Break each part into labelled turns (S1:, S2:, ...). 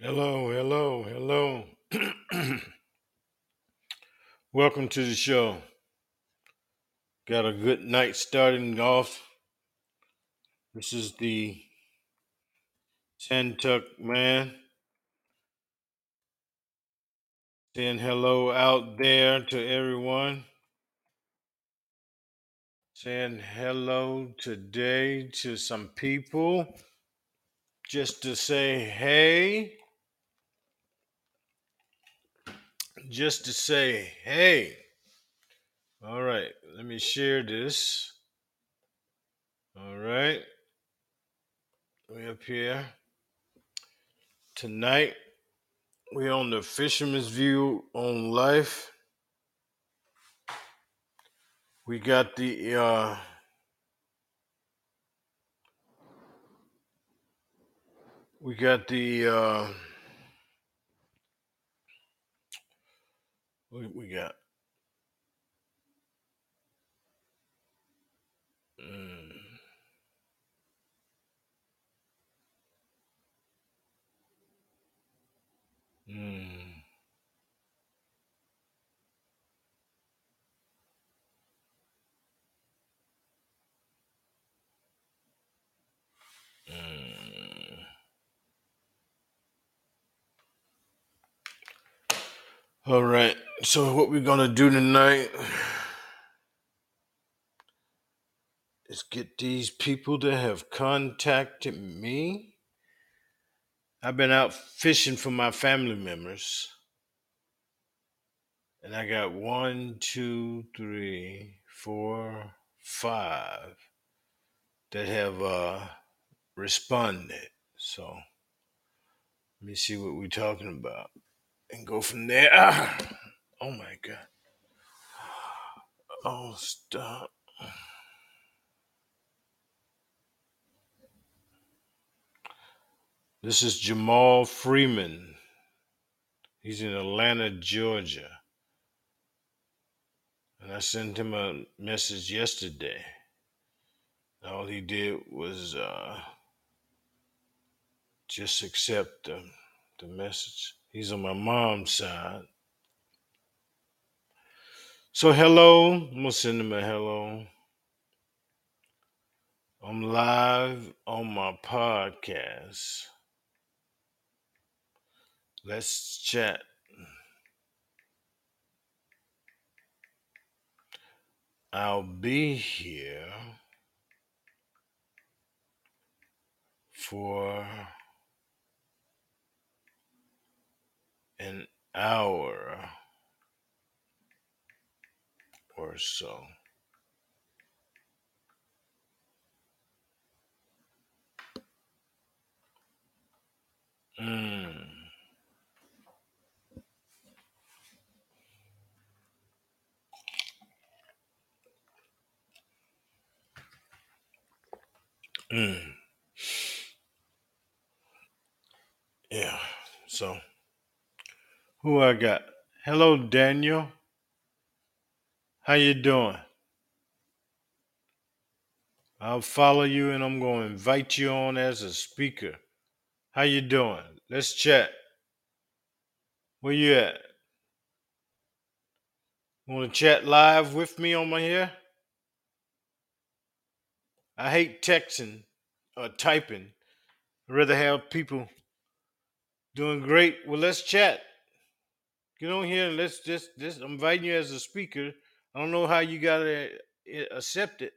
S1: Hello, hello, hello. Welcome to the show. Got a good night starting off. This is the Santuck man saying hello out there to everyone. Saying hello today to some people just to say hey, just to say hey. All right, let me share this. All right, we up here tonight. We're on the Fisherman's View on Life. We got the uh, we got the uh, we, we got mm, mm, mm. all right. So what we're gonna do tonight is get these people that have contacted me. I've been out fishing for my family members, and I got one, two, three, four, five that have uh, responded. So let me see what we're talking about. and go from there. Ah, oh my god. Oh stop. This is Jamal Freeman. He's in Atlanta, Georgia. And I sent him a message yesterday. All he did was uh, just accept the, the message. He's on my mom's side. So, hello. I'm going to send him a hello. I'm live on my podcast. Let's chat. I'll be here for an hour or so. Mm. Mm. Yeah. So who I got? Hello, Daniel. How you doing? I'll follow you, and I'm going to invite you on as a speaker. How you doing? Let's chat. Where you at? Want to chat live with me on my here? I hate texting or typing. I'd rather have people doing great. Well, let's chat. get on here and let's just this I'm inviting you as a speaker. I don't know how you gotta uh, accept it.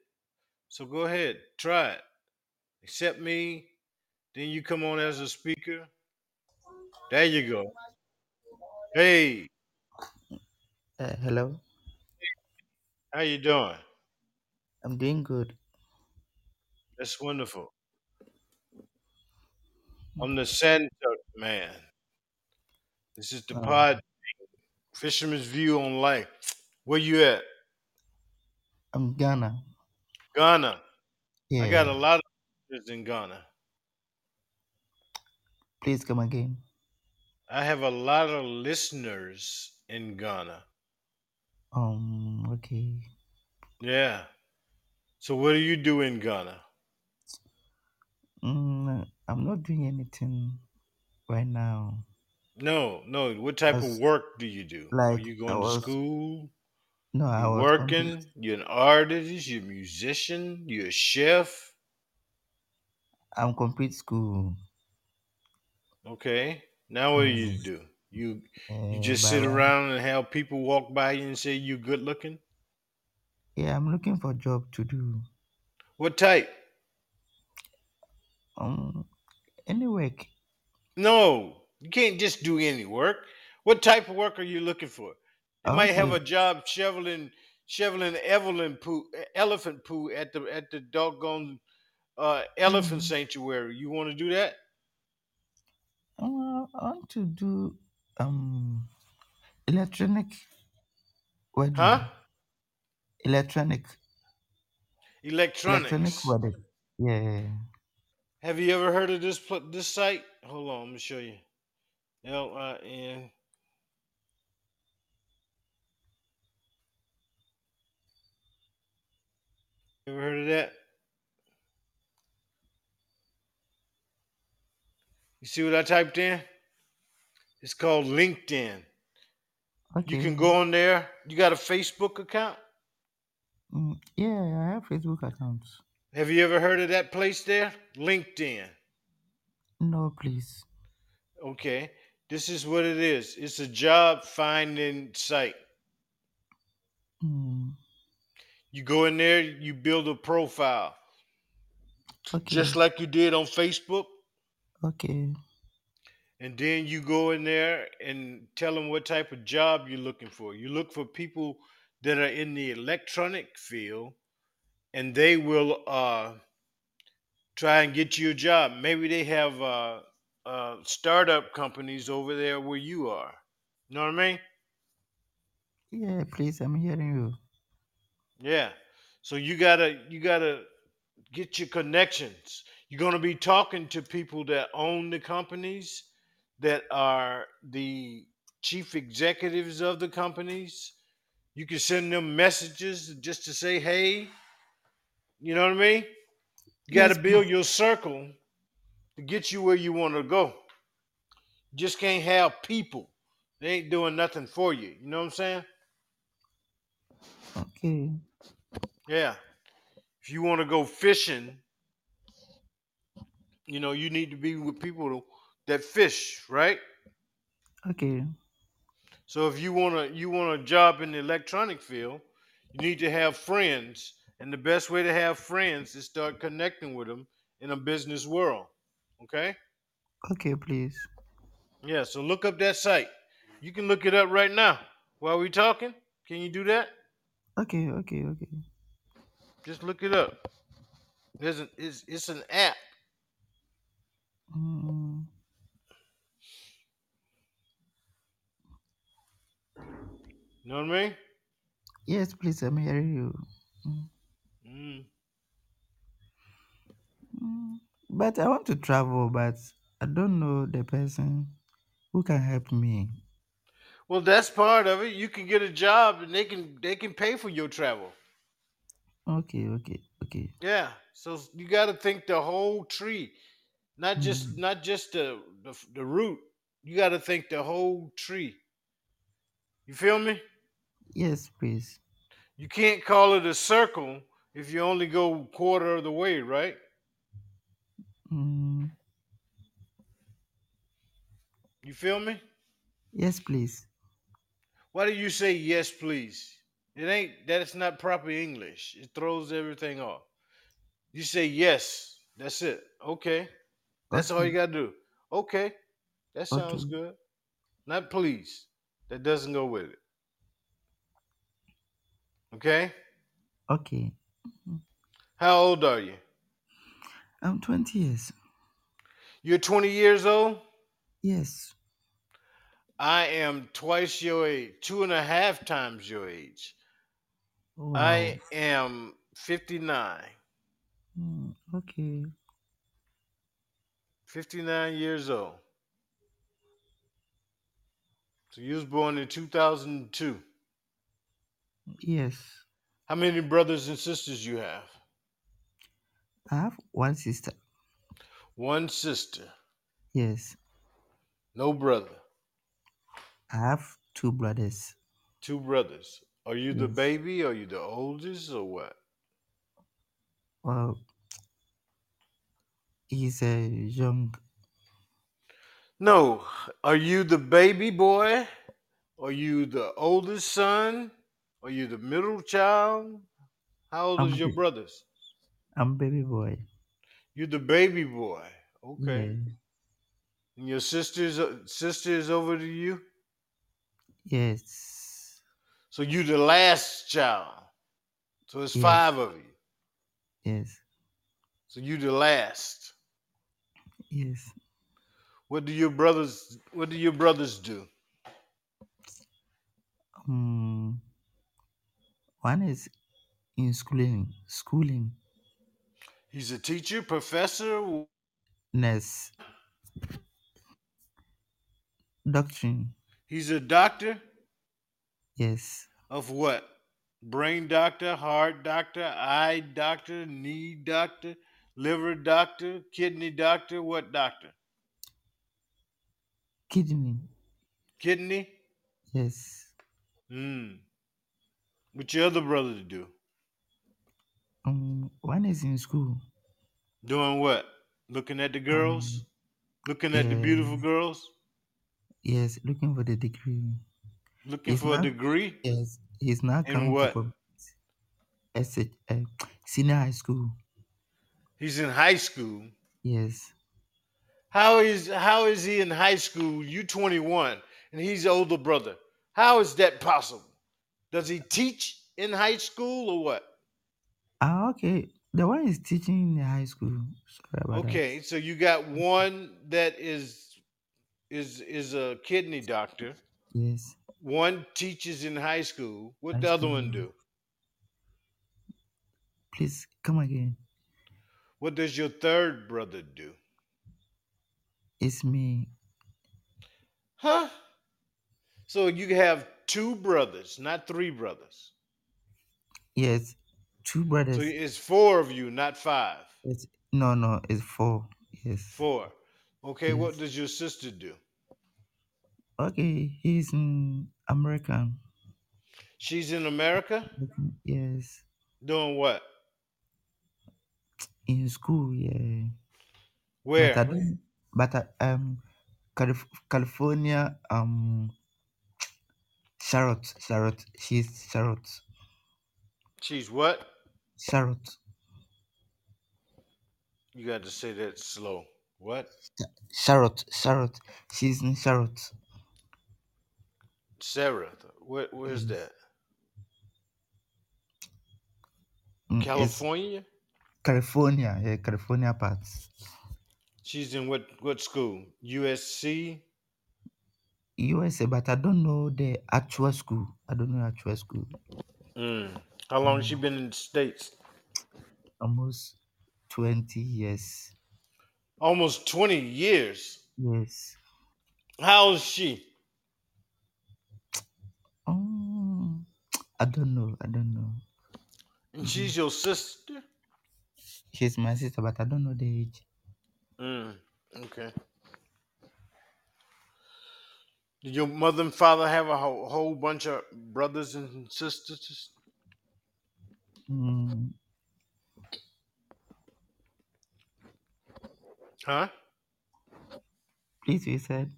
S1: So go ahead, try it. Accept me, then you come on as a speaker. There you go. Hey,
S2: Uh, hello,
S1: how you doing?
S2: I'm doing good.
S1: That's wonderful. I'm the Sandtuck man. This is the
S2: Uh,
S1: pod Fisherman's View on Life. Where you at?
S2: I'm Ghana.
S1: Ghana. I got
S2: Yeah,
S1: a lot of listeners in Ghana.
S2: please come again.
S1: I have a lot of listeners in Ghana.
S2: Um, okay.
S1: Yeah. So what do you do in Ghana?
S2: Mm, I'm not doing anything. right now.
S1: No, no. What type of
S2: As
S1: work do you do? Are
S2: like
S1: you
S2: I
S1: going to
S2: was
S1: school?
S2: no, I
S1: You
S2: was confused.
S1: working? You're an artist. You're a musician. You're a chef.
S2: I'm complete school.
S1: Okay. Now what do you
S2: Mm,
S1: do? You you
S2: eh,
S1: just
S2: but
S1: sit
S2: right,
S1: around and have people walk by you and say you good looking?
S2: yeah, I'm looking for job to do.
S1: What type?
S2: Um, any work?
S1: No, you can't just do any work. What type of work are you looking for? They might have
S2: Okay,
S1: a job shoveling shoveling evelyn poo, elephant poo at the at the doggone uh, elephant
S2: mm,
S1: sanctuary. You want to do that?
S2: um, I want to do um electronic
S1: Huh?
S2: wedding, electronic, electronic
S1: Electronics.
S2: wedding. Yeah,
S1: Have you ever heard of this pl- this site? Hold on, I'm gonna show you. L I N Ever heard of that? You see what I typed in? It's called LinkedIn. You can
S2: okay.
S1: go on there. You got a Facebook account?
S2: Mm, yeah, I have Facebook account.
S1: Have you ever heard of that place there? LinkedIn.
S2: No, please.
S1: Okay. This is what it is. It's a job finding site.
S2: Mm,
S1: You go in there, you build a profile. J- Just
S2: okay,
S1: like you did on Facebook.
S2: okay,
S1: And then you go in there and tell them what type of job you're looking for. You look for people that are in the electronic field and they will uh, try and get you a job. Maybe they have uh, uh, startup companies over there where you are. You know what I mean?
S2: yeah, please. I'm hearing you.
S1: Yeah. So you gotta you gotta get your connections. You're gonna be talking to people that own the companies, that are the chief executives of the companies. You can send them messages just to say, hey, you know what I mean? You gotta
S2: Yes,
S1: build
S2: please.
S1: your circle to get you where you wanna go. You just can't have people. They ain't doing nothing for you. You know what I'm saying?
S2: Okay.
S1: Yeah. If you wanna go fishing, you know you need to be with people that fish right
S2: Okay.
S1: so if you want to you want a job in the electronic field you need to have friends and the best way to have friends is start connecting with them in a business world okay
S2: Okay, please.
S1: yeah so look up that site you can look it up right now while we talking can you do that
S2: Okay, okay, okay.
S1: just look it up there's an it's, it's an app
S2: Mm,
S1: you know what i mean
S2: yes, please. I'm hearing you. Mm,
S1: mm.
S2: mm. But I want to travel, but I don't know the person who can help me.
S1: well that's part of it you can get a job and they can they can pay for your travel
S2: Okay, okay, okay.
S1: Yeah. So s- you got to think the whole tree, not just
S2: Mm,
S1: not just the the, f- the root. You got to think the whole tree. You feel me?
S2: yes, please.
S1: You can't call it a circle if you only go quarter of the way, right?
S2: Mm,
S1: You feel me?
S2: yes, please.
S1: Why do you say yes, please? It ain't that's not proper English. It throws everything off. You say yes. That's it. Okay. That's all you
S2: Okay,
S1: got to do. Okay. That sounds
S2: okay,
S1: good. Not please. That doesn't go with it. Okay?
S2: okay. Mm.
S1: How old are you?
S2: I'm 20 years.
S1: You're 20 years old?
S2: Yes.
S1: I am twice your age, two and a half times your age.
S2: Wow.
S1: I am 59,
S2: Mm, okay.
S1: 59 years old. So you was born in 2002.
S2: Yes.
S1: How many brothers and sisters you have?
S2: I have one sister.
S1: One sister.
S2: Yes.
S1: No brother.
S2: I have two brothers.
S1: Two brothers. Are you the
S2: Yes.
S1: baby? Are you the oldest or what?
S2: Well, he's a young.
S1: No. Are you the baby boy? Are you the oldest son? Are you the middle child? How old is
S2: I'm
S1: your
S2: ba-
S1: brothers?
S2: I'm um, baby boy.
S1: You're the baby boy. Okay.
S2: Yeah.
S1: And your sister's sister is over to you?
S2: Yes.
S1: So you the last child. So it's
S2: Yes.
S1: five of you.
S2: Yes.
S1: So you the last.
S2: Yes.
S1: What do your brothers what do your brothers do?
S2: Um, one is in schooling, schooling
S1: He's a teacher, professor,
S2: nurse, doctrine.
S1: he's a doctor
S2: Yes.
S1: of what? Brain doctor, heart doctor, eye doctor, knee doctor, liver doctor, kidney doctor, what doctor?
S2: Kidney.
S1: Kidney?
S2: Yes.
S1: Hmm. What your other brother to do?
S2: Um, one is in school.
S1: Doing what? Looking at the girls?
S2: Um,
S1: Looking at the
S2: yeah.
S1: beautiful girls?
S2: Yes, looking for the degree.
S1: Looking
S2: He's
S1: for a
S2: now.
S1: degree?
S2: Yes, he's now
S1: In
S2: coming to
S1: what?
S2: com- S- uh, senior high school.
S1: He's in high school.
S2: Yes.
S1: How is how is he in high school? You 21 and he's the older brother. How is that possible? Does he teach in high school or what?
S2: Ah, okay. The one is teaching in the high school. Sorry about that.
S1: Okay, so you got one that is is is a kidney doctor.
S2: Yes,
S1: One teaches in high school. What
S2: high
S1: the other
S2: school.
S1: one do?
S2: Please come again.
S1: What does your third brother do?
S2: It's me.
S1: Huh? So you have two brothers, not three brothers.
S2: Yes, two
S1: So
S2: brothers.
S1: it's four of you, not five.
S2: It's no, no. It's four. Yes,
S1: Four. Okay, what
S2: yes.
S1: does your sister do?
S2: Okay, he's in American.
S1: She's in America
S2: Looking- Yes,
S1: doing what?
S2: in school. Yeah, but I
S1: Where?
S2: don't. But I, um, Calif- California. Um, Charlotte. Charlotte. She's Charlotte.
S1: She's what?
S2: Charlotte.
S1: You got to say that slow. What?
S2: Charlotte. Charlotte. She's in Charlotte.
S1: Sarah. What? Where's
S2: Yes.
S1: that?
S2: Mm, It's
S1: California.
S2: California, yeah, California parts.
S1: She's in what? What school? USC.
S2: USA, but I don't know the actual school. I don't know actual school.
S1: Mm. How long she
S2: Mm,
S1: been in the states?
S2: almost 20 years.
S1: Almost twenty years.
S2: Yes.
S1: How old is she?
S2: Um, I don't know. I don't know.
S1: And
S2: Mm-hmm.
S1: she's your sister.
S2: She's my sister, but I don't know the age.
S1: Mm. Okay. Did your mother and father have a whole, whole bunch of brothers and sisters?
S2: Mm,
S1: Huh?
S2: please, you said.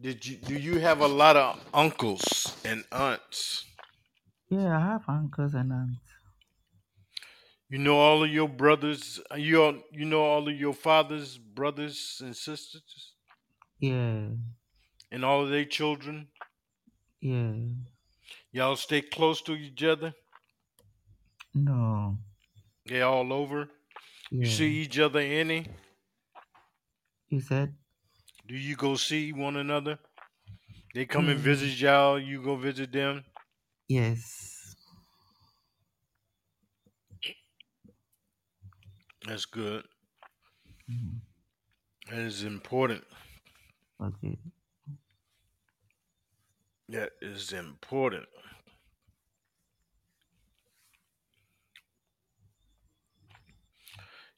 S1: Did you do you have a lot of uncles and aunts?
S2: Yeah, I have uncles and aunts.
S1: You know all of your brothers. You all, you know all of your father's brothers and sisters,
S2: Yeah,
S1: and all of their children.
S2: yeah.
S1: Y'all stay close to each other.
S2: No,
S1: They all over. You
S2: yeah.
S1: see each other any?
S2: You said.
S1: Do you go see one another? They come and
S2: Yeah.
S1: visit y'all. You go visit them.
S2: Yes.
S1: That's good.
S2: Mm,
S1: That is important.
S2: okay.
S1: That is important.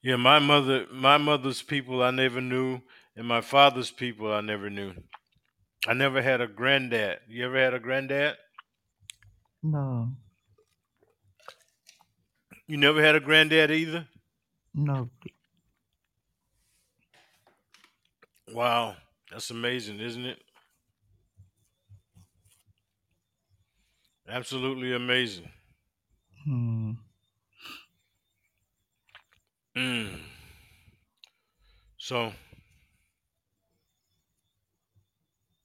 S1: Yeah, my mother, my mother's people, I never knew. And my father's people I never knew. I never had a granddad. You ever had a granddad?
S2: No,
S1: You never had a granddad either?
S2: no.
S1: Wow. That's amazing, isn't it? Absolutely amazing.
S2: Hmm.
S1: Mm. So,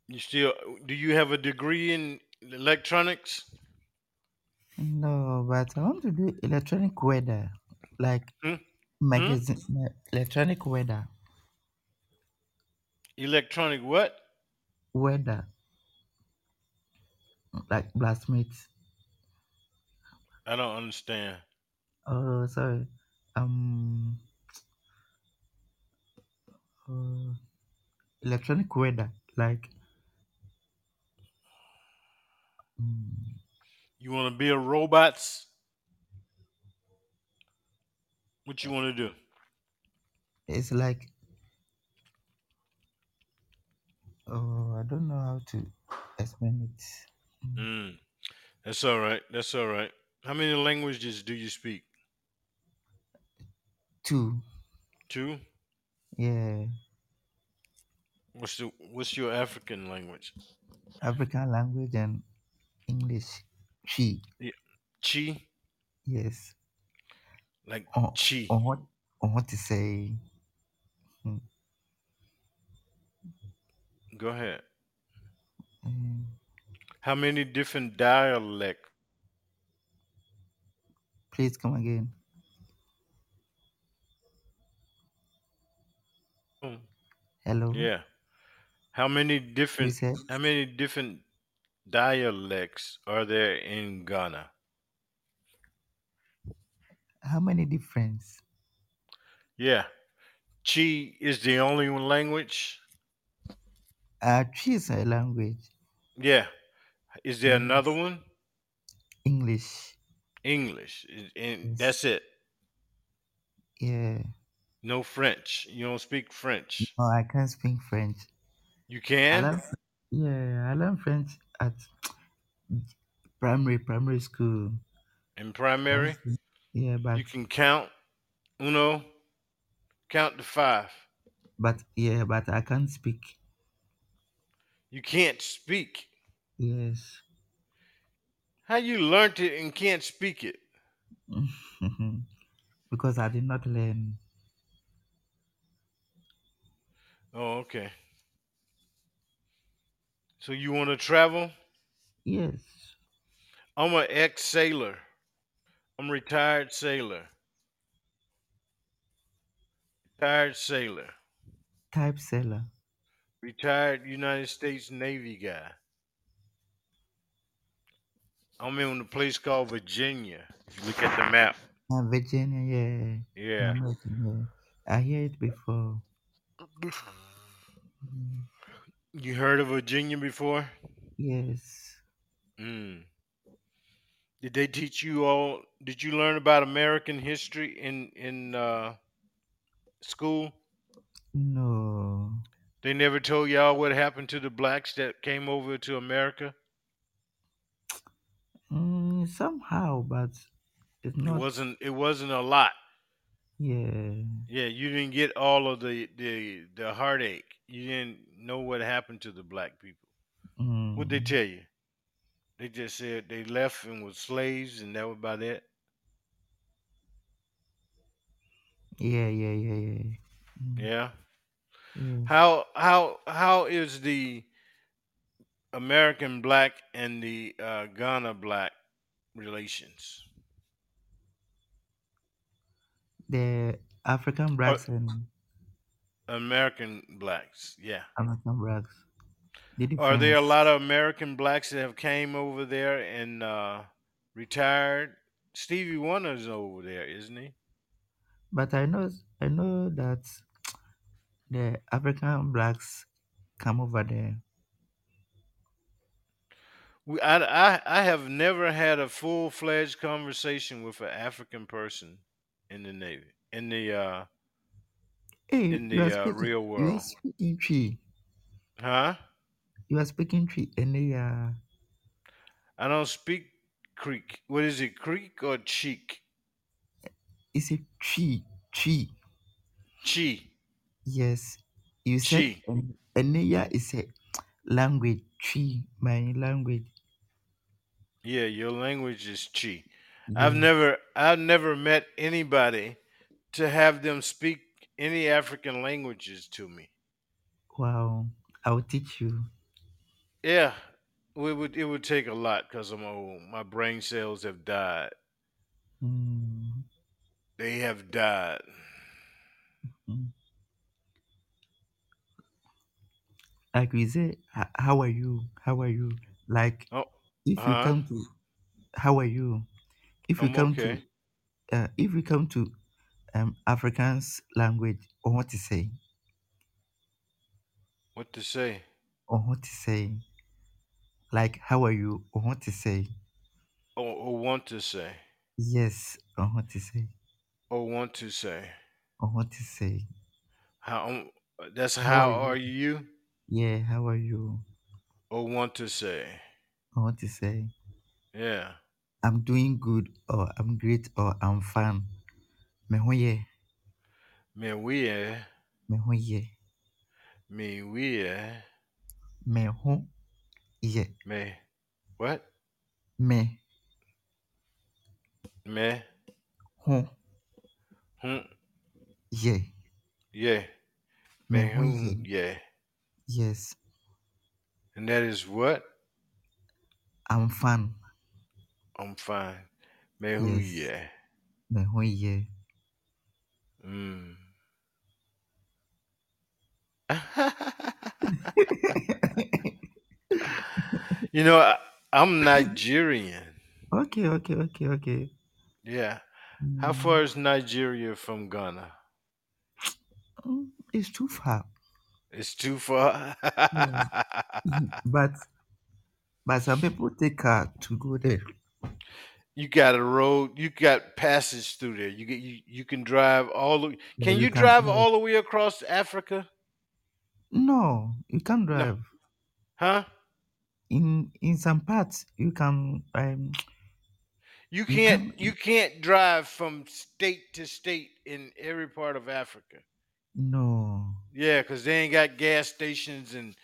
S1: you still do you have a degree in electronics?
S2: No, but I want to do electronic weather, like
S1: Hmm? Hmm?
S2: magazine, ma- electronic weather,
S1: Electronic what?
S2: weather, like blacksmith.
S1: I don't understand.
S2: Oh, sorry. Um, uh, electronic weather, like mm,
S1: You want to be a robots? What you want to do?
S2: it's like oh, I don't know how to explain it. Mm.
S1: Mm. That's all right. That's all right. How many languages do you speak?
S2: Two,
S1: Two.
S2: yeah,
S1: What's the What's your African language?
S2: African language and English. She,
S1: Yeah. Chi,
S2: yes.
S1: like
S2: on,
S1: chi.
S2: on what on what to say. Mm,
S1: Go ahead.
S2: mm,
S1: How many different dialect?
S2: Please come again.
S1: Oh,
S2: Hello.
S1: Yeah. How many
S2: You
S1: different
S2: said
S1: How many different dialects are there in Ghana?
S2: how many difference?
S1: Yeah. Chi is the only language.
S2: Uh, tree is a language.
S1: Yeah. Is there another
S2: Yes.
S1: one?
S2: English.
S1: English, and and
S2: Yes.
S1: that's it.
S2: Yeah.
S1: No French. You don't speak French.
S2: No, I can't speak French.
S1: You
S2: I
S1: can?
S2: learned. Yeah, I learned French at primary primary school.
S1: In
S2: Primary
S1: primary,
S2: school. Yeah, but
S1: you can count uno, count to five.
S2: but yeah, but I can't speak.
S1: You can't speak.
S2: Yes.
S1: How you learnt it and can't speak it?
S2: because I did not learn.
S1: Oh, okay. So you want to travel?
S2: Yes.
S1: I'm an ex sailor. I'm retired sailor. Retired sailor.
S2: Type seller.
S1: Retired United States Navy guy. I'm in a place called Virginia. If you look at the map.
S2: Uh, Virginia, yeah. I
S1: Yeah.
S2: know it, yeah. I hear it before. Mm,
S1: You heard of Virginia before?
S2: Yes.
S1: Mm. Did they teach you all? Did you learn about American history in in uh, school?
S2: No.
S1: They never told y'all what happened to the blacks that came over to America.
S2: Mm, somehow, but it's
S1: It
S2: not.
S1: wasn't. It wasn't a lot.
S2: Yeah.
S1: Yeah, you didn't get all of the the the heartache. You didn't know what happened to the black people. What they
S2: Mm,
S1: tell you? They just said they left and were slaves, and that was about it.
S2: yeah, yeah, yeah, yeah. Mm,
S1: Yeah.
S2: yes.
S1: How how how is the American black and the uh, Ghana black relations.
S2: The African
S1: Or
S2: blacks and
S1: American blacks, yeah.
S2: American blacks. The
S1: Are there a
S2: difference.
S1: lot of American blacks that have came over there and uh, retired? Stevie Wonder's over there, isn't he?
S2: But I know, I know that the African blacks come over there.
S1: We, I, I, I have never had a full fledged conversation with an African person in the Navy, in the uh,
S2: Hey,
S1: in
S2: you are
S1: the uh,
S2: speaking.
S1: real
S2: You are
S1: world.
S2: speaking tree.
S1: Huh?
S2: You are speaking tree, and you are
S1: I don't speak Creek. What is it, Creek or Cheek?
S2: it's a tree, tree.
S1: Chi.
S2: Yes, you said
S1: Chi.
S2: en- Eneya is a language tree, my language.
S1: Yeah, your language is Chi. I've
S2: Yes,
S1: never I've never met anybody to have them speak any African languages to me.
S2: wow. I'll teach you.
S1: Yeah, we would it would take a lot because I'm old. My brain cells have died.
S2: Mm,
S1: They have died.
S2: mm. Like we say, "H- how are you? How are you? Like
S1: Oh,
S2: if you
S1: huh?
S2: come to, how are you? If you
S1: I'm
S2: come to,
S1: okay.
S2: uh, if you come to um African's language, or what to say,
S1: What to say?
S2: or what to say, like how are you, or what to say,
S1: Or, or want to say?
S2: yes, or what to say,
S1: Or want to say?
S2: or what to say,
S1: How? um, That's
S2: how
S1: how
S2: are
S1: are
S2: you?
S1: you?
S2: Yeah, how are you?
S1: Or want to say?
S2: I want to say
S1: Yeah.
S2: I'm doing good or I'm great or I'm fine. Me ho ye,
S1: Me we eh.
S2: me ho ye,
S1: Me we eh.
S2: me ho ye,
S1: Me. What?
S2: me
S1: Me.
S2: ho
S1: Hmm.
S2: ye,
S1: Yeah.
S2: me
S1: Me
S2: ho ye.
S1: who? Yeah.
S2: Yes,
S1: And that is what?
S2: I'm fine.
S1: I'm fine. Me who?
S2: Yes,
S1: Yeah.
S2: me ho ye.
S1: Mm. you know, I, I'm Nigerian.
S2: okay, okay, okay, okay.
S1: Yeah. How
S2: Mm,
S1: far is Nigeria from Ghana?
S2: mm, it's too far.
S1: It's too far.
S2: Yes. but but some people take car to go there.
S1: you got a road. You got passage through there. You get you, you can drive all. The,
S2: Yeah,
S1: can
S2: you
S1: you
S2: can
S1: drive
S2: drive.
S1: all the way across Africa?
S2: No, you can't
S1: No.
S2: drive.
S1: Huh?
S2: in in some parts you can um
S1: You
S2: you
S1: can't
S2: can
S1: you can't drive from state to state in every part of Africa.
S2: no
S1: Yeah, because they ain't got gas stations and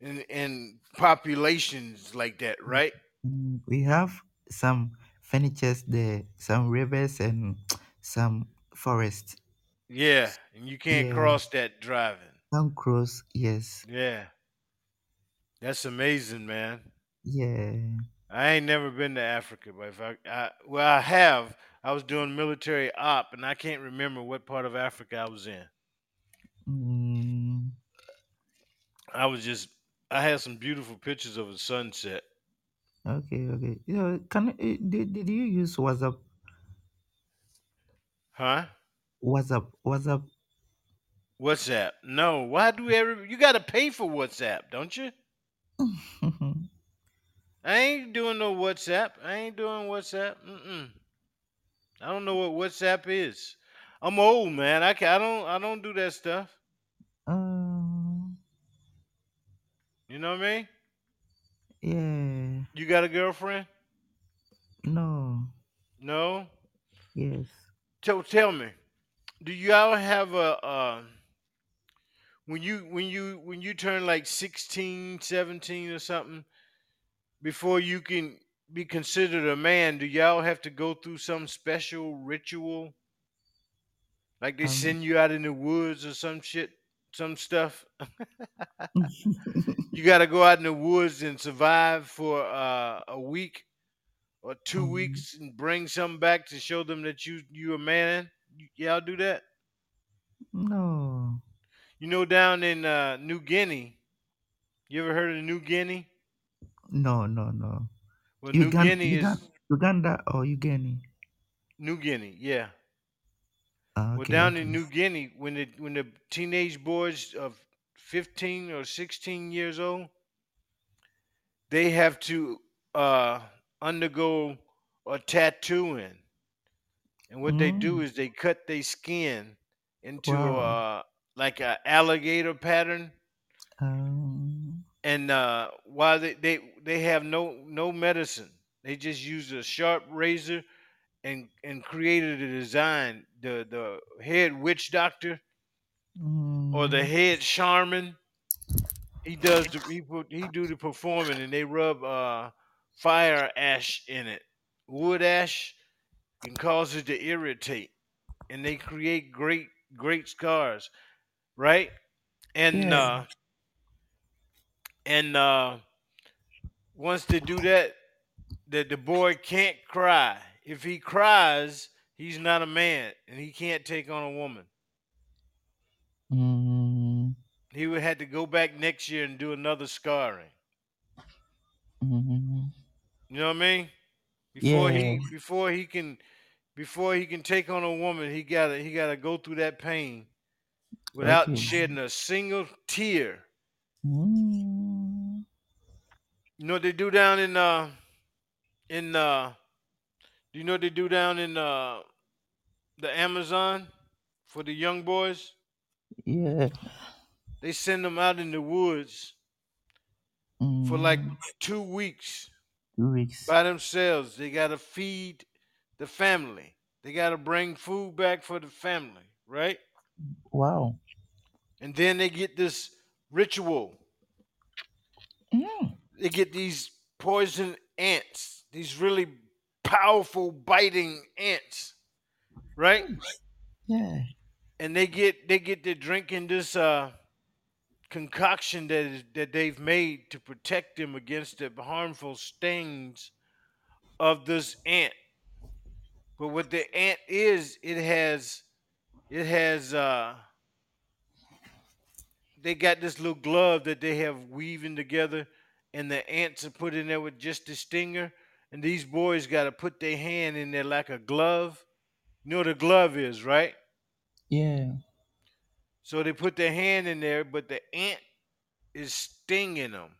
S1: and and populations like that, right?
S2: Mm, we have some furnitures there some rivers and some forest
S1: Yeah, and you can't
S2: yeah
S1: cross that driving.
S2: some cross yes
S1: Yeah, that's amazing, man.
S2: yeah
S1: I ain't never been to Africa, but if I, I well, I have. I was doing military op, and I can't remember what part of Africa I was in.
S2: mm,
S1: I was just, I had some beautiful pictures of a sunset.
S2: okay okay you know can eh, did, did you use whatsapp
S1: Huh?
S2: whatsapp whatsapp
S1: WhatsApp? No. Why do every? You got to pay for WhatsApp, don't you? I ain't doing no WhatsApp. I ain't doing WhatsApp. Mm-mm. I don't know what WhatsApp is. I'm old, man. I, ca I don't. I don't do that stuff.
S2: um
S1: You know what I mean?
S2: yeah
S1: You got a girlfriend?
S2: no
S1: No.
S2: yes
S1: Tell tell me. Do y'all have a uh, when you when you when you turn like 16, 17 or something before you can be considered a man? Do y'all have to go through some special ritual? Like they
S2: um
S1: send you out in the woods or some shit, some stuff. You got to go out in the woods and survive for uh, a week or two
S2: um
S1: weeks and bring something back to show them that you you a man. Y- Y'all do that?
S2: no
S1: You know, down in uh, New Guinea. You ever heard of New Guinea?
S2: No, no, no.
S1: Well, New
S2: Uganda,
S1: Guinea
S2: Uganda,
S1: is
S2: Uganda or Uganda?
S1: New Guinea. Yeah.
S2: Ah,
S1: Well,
S2: okay,
S1: down in
S2: okay.
S1: New Guinea, when the when the teenage boys of fifteen or sixteen years old, they have to uh, undergo a tattooing. And what they do
S2: Mm,
S1: is they cut their skin into
S2: wow.
S1: a, like a alligator pattern,
S2: Um,
S1: and uh, while they, they they have no no medicine, they just used a sharp razor and and created a design. The the head witch doctor or the
S2: mm,
S1: head shaman, he does the he, put- he do the performing, and they rub uh, fire ash in it, wood ash, and cause it to irritate, and they create great great scars, right? And
S2: yeah.
S1: uh, and uh, once they do that, that the boy can't cry. If he cries, he's not a man, and he can't take on a woman.
S2: Mm,
S1: He would have to go back next year and do another scarring.
S2: mm,
S1: You know what I mean? Before
S2: yeah.
S1: he before he can before he can take on a woman, he gotta he gotta go through that pain without
S2: Okay.
S1: shedding a single tear.
S2: Mm,
S1: You know what they do down in uh in uh do you know what they do down in uh the Amazon for the young boys?
S2: yeah.
S1: They send them out in the woods for like
S2: Mm,
S1: two weeks
S2: two weeks.
S1: by themselves. They gotta feed the family. They gotta bring food back for the family, right?
S2: Wow.
S1: And then they get this ritual.
S2: Mm,
S1: They get these poison ants, these really powerful biting ants, right?
S2: yeah.
S1: And they get they get to drinking this uh concoction that is, that they've made to protect them against the harmful stings of this ant. But what the ant is, it has it has uh they got this little glove that they have weaving together, and the ants are put in there with just the stinger. And these boys got to put their hand in there like a glove. You know what a glove is, right?
S2: Yeah.
S1: So they put their hand in there, but the ant is stinging them,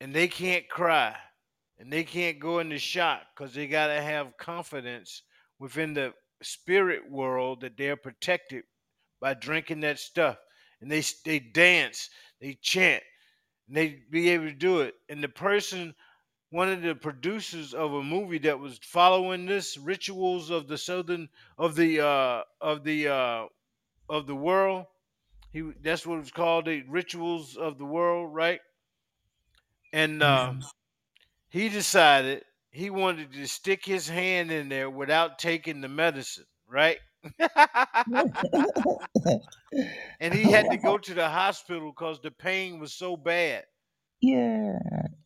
S1: and they can't cry, and they can't go into shock because they got to have confidence within the spirit world that they're protected by drinking that stuff. And they s- they dance, they chant, and they be able to do it. And the person, one of the producers of a movie that was following this rituals of the southern of the uh, of the uh, of the world. He w- that's what it's called, the rituals of the world, right? And uh,
S2: Mm,
S1: he decided he wanted to stick his hand in there without taking the medicine, right?
S2: Uh,
S1: and he had to
S2: wow.
S1: go to the hospital because the pain was so bad.
S2: Yeah.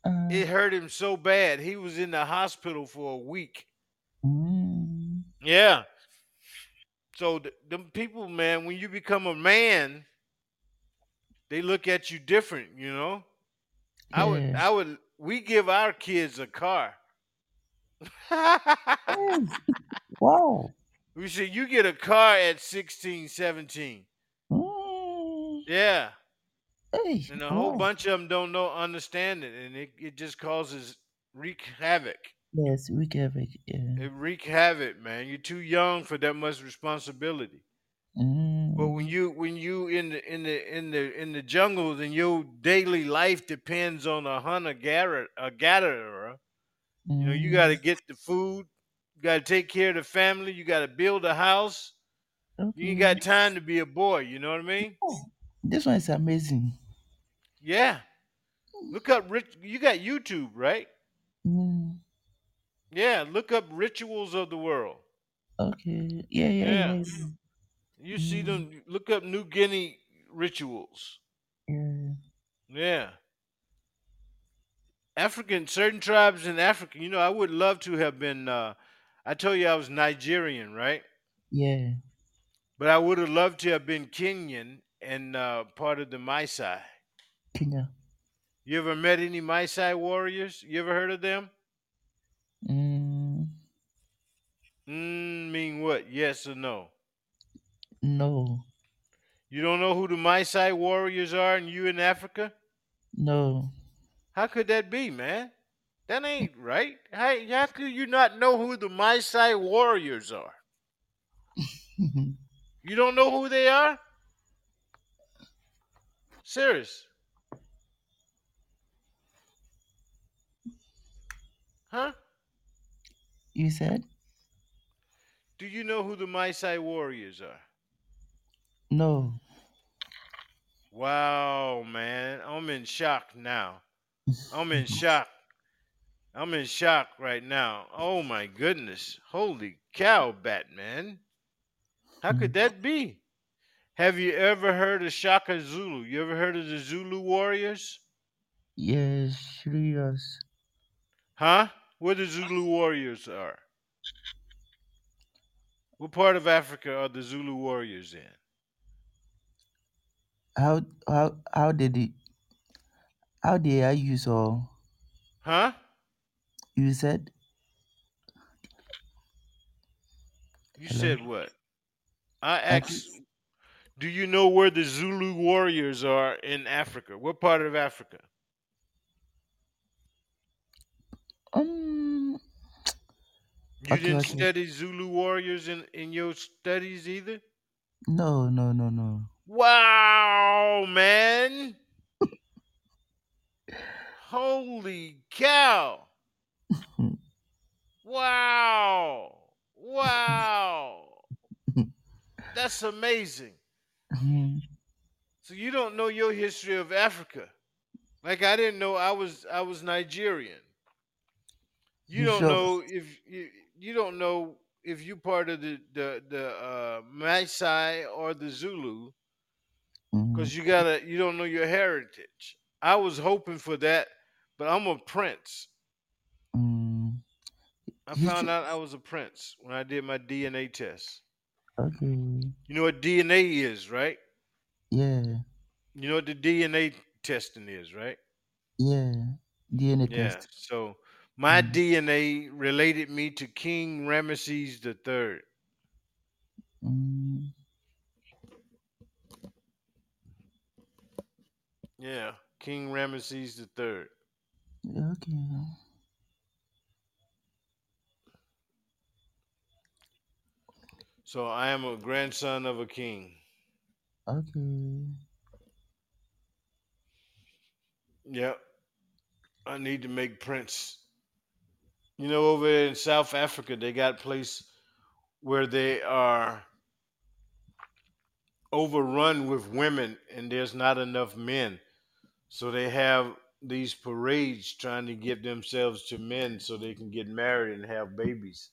S2: Uh,
S1: It hurt him so bad. He was in the hospital for a week.
S2: mm,
S1: Yeah. So th- them people, man, when you become a man, they look at you different. You know, I would,
S2: yeah.
S1: I would, we give our kids a car.
S2: Yes. Wow.
S1: we say you get a car at 16, 17.
S2: Mm,
S1: Yeah.
S2: hey.
S1: And a whole
S2: Wow.
S1: bunch of them don't know, understand it. And it, it just causes wreak havoc.
S2: Yes. We have it. Yeah.
S1: It wreak havoc, man. You're too young for that much responsibility. But when
S2: Mm,
S1: you when you in the in the in the in the jungles and your daily life depends on a hunter gatherer, a gatherer, you know you got to
S2: mm,
S1: get the food, you got to take care of the family, you got to build a house. You ain't
S2: okay.
S1: got time to be a boy. You know what I mean?
S2: Oh, this one is amazing.
S1: Yeah. Look up rich. You got YouTube, right?
S2: Mm,
S1: Yeah. Look up rituals of the world.
S2: okay. Yeah. Yeah.
S1: Yeah.
S2: Yes.
S1: You see
S2: Mm,
S1: them. Look up New Guinea rituals.
S2: yeah.
S1: Yeah. African, certain tribes in Africa. You know, I would love to have been. Uh, I told you I was Nigerian, right?
S2: Yeah.
S1: But I would have loved to have been Kenyan and uh, part of the Maasai.
S2: Kenya.
S1: You ever met any Maasai warriors? You ever heard of them?
S2: Mm,
S1: Mm, mean what? Yes or no?
S2: no.
S1: You don't know who the Maasai warriors are, and you in Africa?
S2: No.
S1: How could that be, man? That ain't right. How, how could you not know who the Maasai warriors are? You don't know who they are? Serious. Huh?
S2: You said?
S1: Do you know who the Maasai warriors are?
S2: No.
S1: Wow, man. I'm in shock now. I'm in shock. I'm in shock right now. Oh my goodness. Holy cow, Batman. How
S2: Mm.
S1: could that be? Have you ever heard of Shaka Zulu? You ever heard of the Zulu warriors?
S2: Yes, serious.
S1: Huh? Where the Zulu warriors are? What part of Africa are the Zulu warriors in?
S2: How how how did it how did I use all
S1: Huh?
S2: you said?
S1: You
S2: Hello?
S1: said what? I
S2: I
S1: asked,
S2: just-
S1: do you know where the Zulu warriors are in Africa? What part of Africa?
S2: um
S1: You
S2: okay,
S1: didn't
S2: okay.
S1: study Zulu warriors in, in your studies either?
S2: No, no, no, no.
S1: Wow, man. Holy cow. Wow. Wow. That's amazing.
S2: Mm-hmm.
S1: So you don't know your history of Africa. Like I didn't know I was I was Nigerian. You
S2: you
S1: don't
S2: sure?
S1: know if you, you don't know if you part of the the the uh, Maasai or the Zulu
S2: Mm,
S1: because you gotta you don't know your heritage. I was hoping for that, but I'm a prince.
S2: mm,
S1: I
S2: you
S1: found
S2: sure?
S1: out I was a prince when I did my DNA test.
S2: Okay.
S1: You know what DNA is, right?
S2: Yeah.
S1: You know what the DNA testing is, right?
S2: Yeah. DNA
S1: Yeah.
S2: test.
S1: So my
S2: Mm,
S1: DNA related me to King Ramesses the Third.
S2: mm,
S1: Yeah, King Ramesses the Third.
S2: okay.
S1: So I am a grandson of a king.
S2: Okay.
S1: Yep. I need to make prints. You know, over there in South Africa, they got a place where they are overrun with women and there's not enough men. So they have these parades trying to get themselves to men so they can get married and have babies.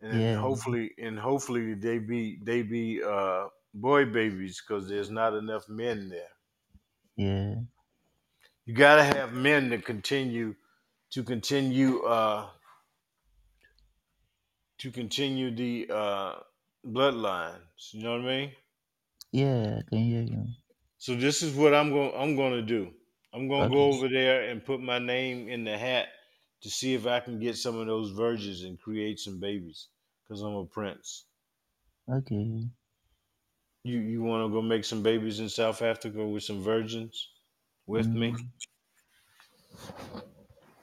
S1: And
S2: Yeah.
S1: hopefully, and hopefully they be they be uh, boy babies because there's not enough men there.
S2: Yeah.
S1: You gotta have men to continue to continue uh, to continue the uh, bloodlines. You know what I mean?
S2: Yeah, I can hear you.
S1: So this is what I'm going I'm going to do. I'm going to
S2: Okay.
S1: go over there and put my name in the hat to see if I can get some of those virgins and create some babies cuz I'm a prince.
S2: Okay.
S1: You you want to go make some babies in South Africa with some virgins with me?
S2: Mm.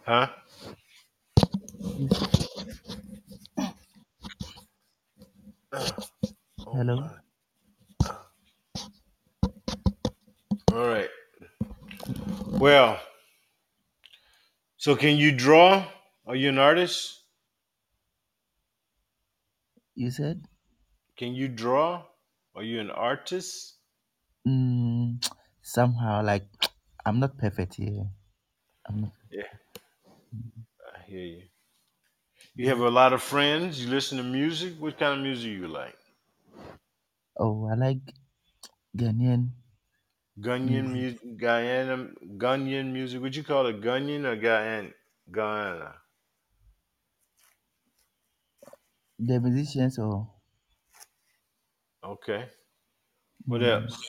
S1: Huh? Oh
S2: Hello?
S1: my. All right. Well, so can you draw? Are you an artist?
S2: You said?
S1: Can you draw? Are you an artist?
S2: Mm, somehow, like, I'm not perfect here. I'm not.
S1: Yeah, I hear you. You have a lot of friends. You listen to music. What kind of music you like?
S2: Oh, I like Ghanaian
S1: Gunyan
S2: music.
S1: music, Guyana, Gunyan music. Would you call it Gunyan or Guyana? Guyana.
S2: The musicians, or.
S1: Okay. What
S2: Mm,
S1: else?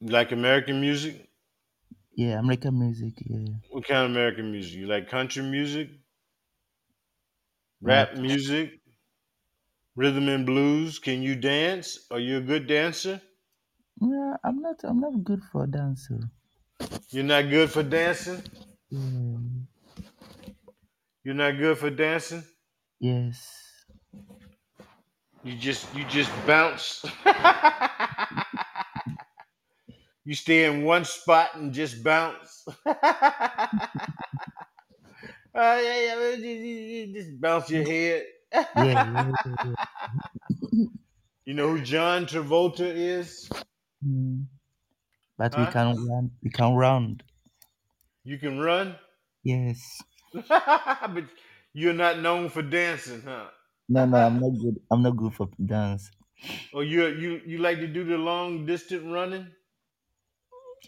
S1: You like American music?
S2: yeah, American music, yeah.
S1: What kind of American music? You like country music,
S2: Like,
S1: rap music, rhythm and blues? Can you dance? Are you a good dancer?
S2: yeah, I'm not, I'm not good for dance. So.
S1: You're not good for dancing.
S2: Yeah.
S1: You're not good for dancing.
S2: Yes.
S1: You just you just bounce. You stay in one spot and just bounce. Uh, yeah, yeah, well, ju- ju- ju- just bounce your head.
S2: Yeah, yeah, yeah, yeah.
S1: You know who John Travolta is?
S2: Mm. But we
S1: Huh?
S2: can run. We can round.
S1: You can run,
S2: Yes.
S1: but you're not known for dancing, huh?
S2: No, no, I'm not good. I'm not good for dance.
S1: Or you you you like to do the long distance running?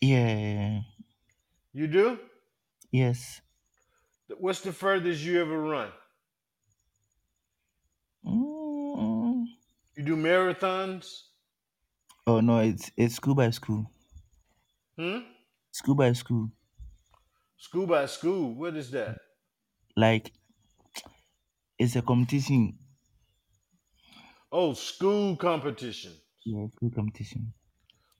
S2: Yeah.
S1: You do?
S2: Yes.
S1: What's the furthest you ever run?
S2: Mm.
S1: You do marathons?
S2: Oh no, it's it's school by school.
S1: Hmm?
S2: School by school.
S1: School by school. What is that?
S2: Like it's a competition.
S1: Oh, school competition.
S2: Yeah, school competition.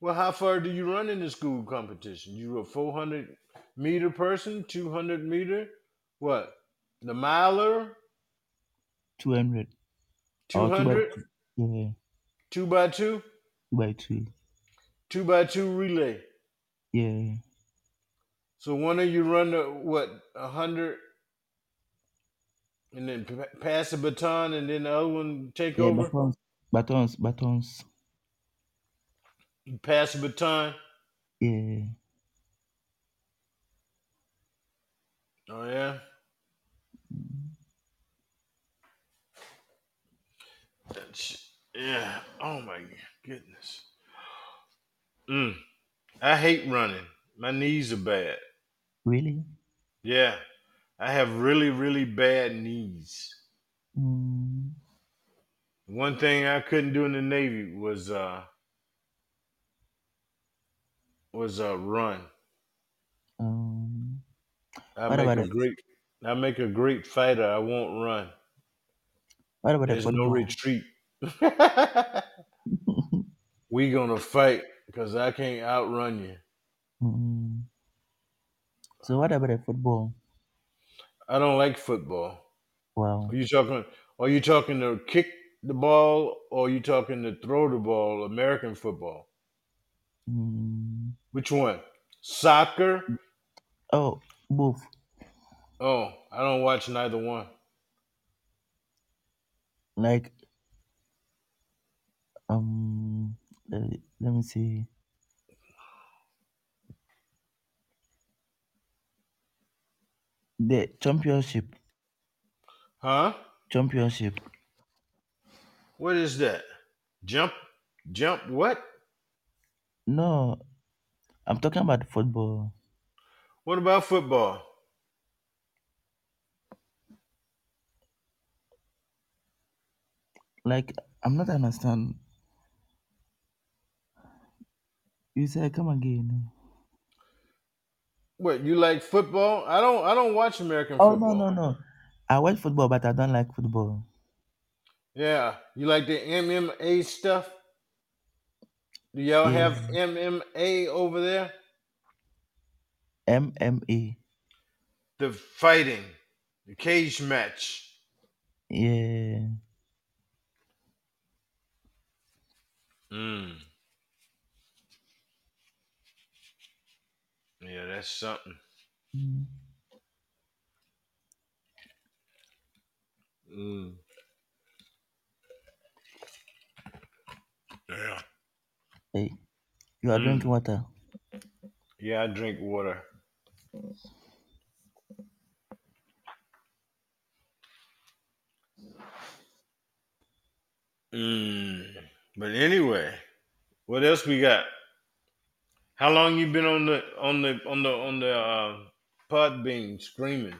S1: Well, how far do you run in the school competition? You a 400 meter person, 200 meter? What? The miler?
S2: Two hundred or two by
S1: 200?
S2: two. Yeah,
S1: 2 by 2?
S2: two by two.
S1: 2 by 2 relay.
S2: Yeah,
S1: So one of you run the, what, 100 and then p- pass the baton and then the other one take
S2: yeah.
S1: over?
S2: Batons, batons, batons.
S1: You pass the baton?
S2: Yeah,
S1: Oh, yeah? That's, yeah. Oh, my goodness. Mm. I hate running. My knees are bad.
S2: really.
S1: Yeah, I have really, really bad knees.
S2: Mm.
S1: One thing I couldn't do in the Navy was uh was uh run.
S2: Um,
S1: I
S2: what
S1: make
S2: about
S1: a
S2: the,
S1: great I make a great fighter. I won't run.
S2: what about the
S1: There's no
S2: volleyball?
S1: retreat. we gonna fight because I can't outrun you.
S2: Mm. So what about the football?
S1: I don't like football. Are
S2: Wow.
S1: you talking? Are you talking to kick the ball or are you talking to throw the ball? American football.
S2: Mm.
S1: Which one? Soccer.
S2: Oh, both.
S1: Oh, I don't watch neither one.
S2: Like um, let, let me see. The championship,
S1: Huh?
S2: championship.
S1: What is that? Jump, jump, what?
S2: No, I'm talking about football.
S1: What about football?
S2: Like I'm not understand. You said come again.
S1: What you like football? I don't. I don't watch American
S2: Oh no
S1: football.
S2: no no. I watch football, but I don't like football.
S1: Yeah, you like the MMA stuff? Do y'all
S2: Yeah.
S1: have MMA over there?
S2: MMA.
S1: The fighting, the cage match.
S2: Yeah.
S1: Mm. Yeah, that's something.
S2: Mm.
S1: Mm. Yeah.
S2: Hey, you are
S1: Mm.
S2: drinking water.
S1: Yeah, I drink water. Mm. But anyway, what else we got? How long you been on the on the on the on the uh, pod bean screaming?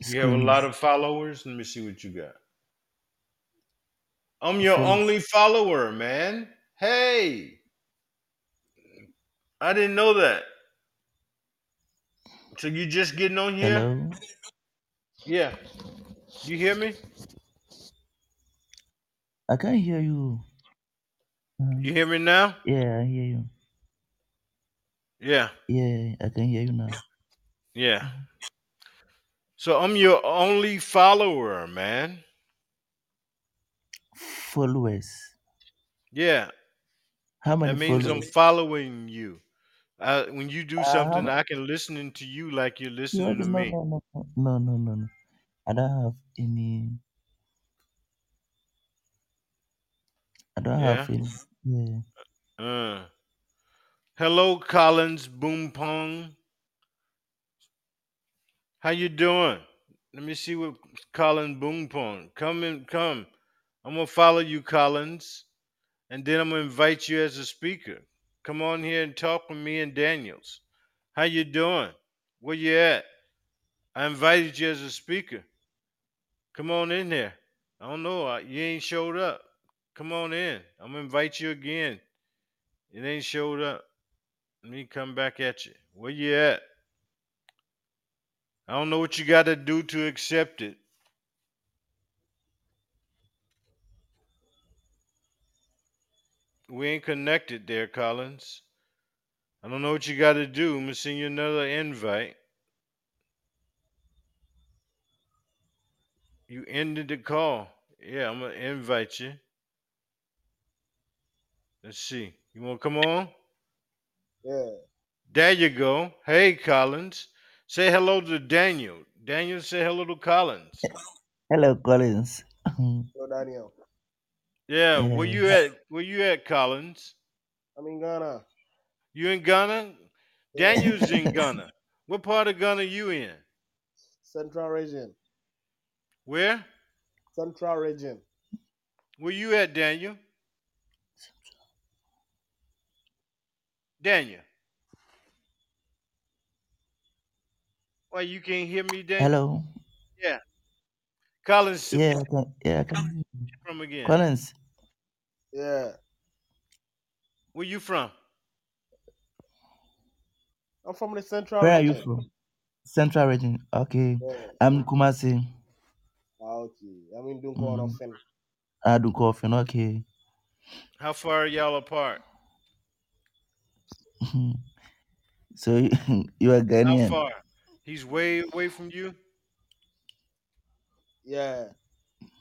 S1: You have a
S2: Screaming.
S1: lot of followers. Let me see what you got. I'm your
S2: Follow.
S1: only follower, man. Hey, I didn't know that. So you just getting on here?
S2: Hello.
S1: Yeah. You hear me?
S2: I can't hear you. Uh,
S1: You hear me now?
S2: yeah, I hear you.
S1: Yeah.
S2: Yeah, I can hear you now.
S1: Yeah. So I'm your only follower, man.
S2: Followers.
S1: Yeah.
S2: How many
S1: That means I'm
S2: followers?
S1: following you. I, when you do
S2: Uh, how
S1: something,
S2: ma-
S1: I can listen to you like you're
S2: no,
S1: listening
S2: no,
S1: to
S2: no,
S1: me.
S2: no, no, no, no, no, no. no. I don't have any. I don't have
S1: Yeah.
S2: any. Yeah.
S1: Uh. Hello, Collins Boom Pong. How you doing? Let me see what Collins Boom Pong. Come and come. I'm gonna follow you, Collins, and then I'm gonna invite you as a speaker. Come on here and talk with me and Daniels. How you doing? Where you at? I invited you as a speaker. Come on in there. I don't know. I- You ain't showed up. Come on in. I'm gonna invite you again. It ain't showed up. Let me come back at you. Where you at? I don't know what you got to do to accept it. We ain't connected there, Collins. I don't know what you got to do. I'm gonna send you another invite. You ended the call. Yeah, I'm gonna invite you. Let's see. You wanna come on?
S3: Yeah.
S1: There you go. Hey, Collins. Say hello to Daniel. Daniel, say hello to Collins.
S2: Hello, Collins.
S3: Yo, Daniel.
S1: Yeah, where you
S2: yes.
S1: at? Where you at, Collins?
S3: I'm in Ghana.
S1: You in Ghana?
S3: Yeah.
S1: Daniel's in Ghana. What part of Ghana you in?
S3: Central region.
S1: Where?
S3: Central region.
S1: Where you at, Daniel? Daniel. Why you can't hear me, Daniel?
S2: Hello.
S1: Yeah. Collins s-
S2: Yeah, I can. Yeah, I can.
S1: from again.
S2: Collins.
S3: Yeah.
S1: Where you from?
S3: I'm from the central
S2: Where are you
S3: region.
S2: from? Central region. Okay.
S3: Yeah.
S2: I'm Kumasi.
S3: Ah, okay. I'm in Dunko
S2: Mm.
S3: Onofen.
S2: Adukofin. Okay.
S1: How far are y'all apart?
S2: Mm-hmm. so you are
S1: How
S2: Ghanaian.
S1: far? He's way away from you?
S3: Yeah.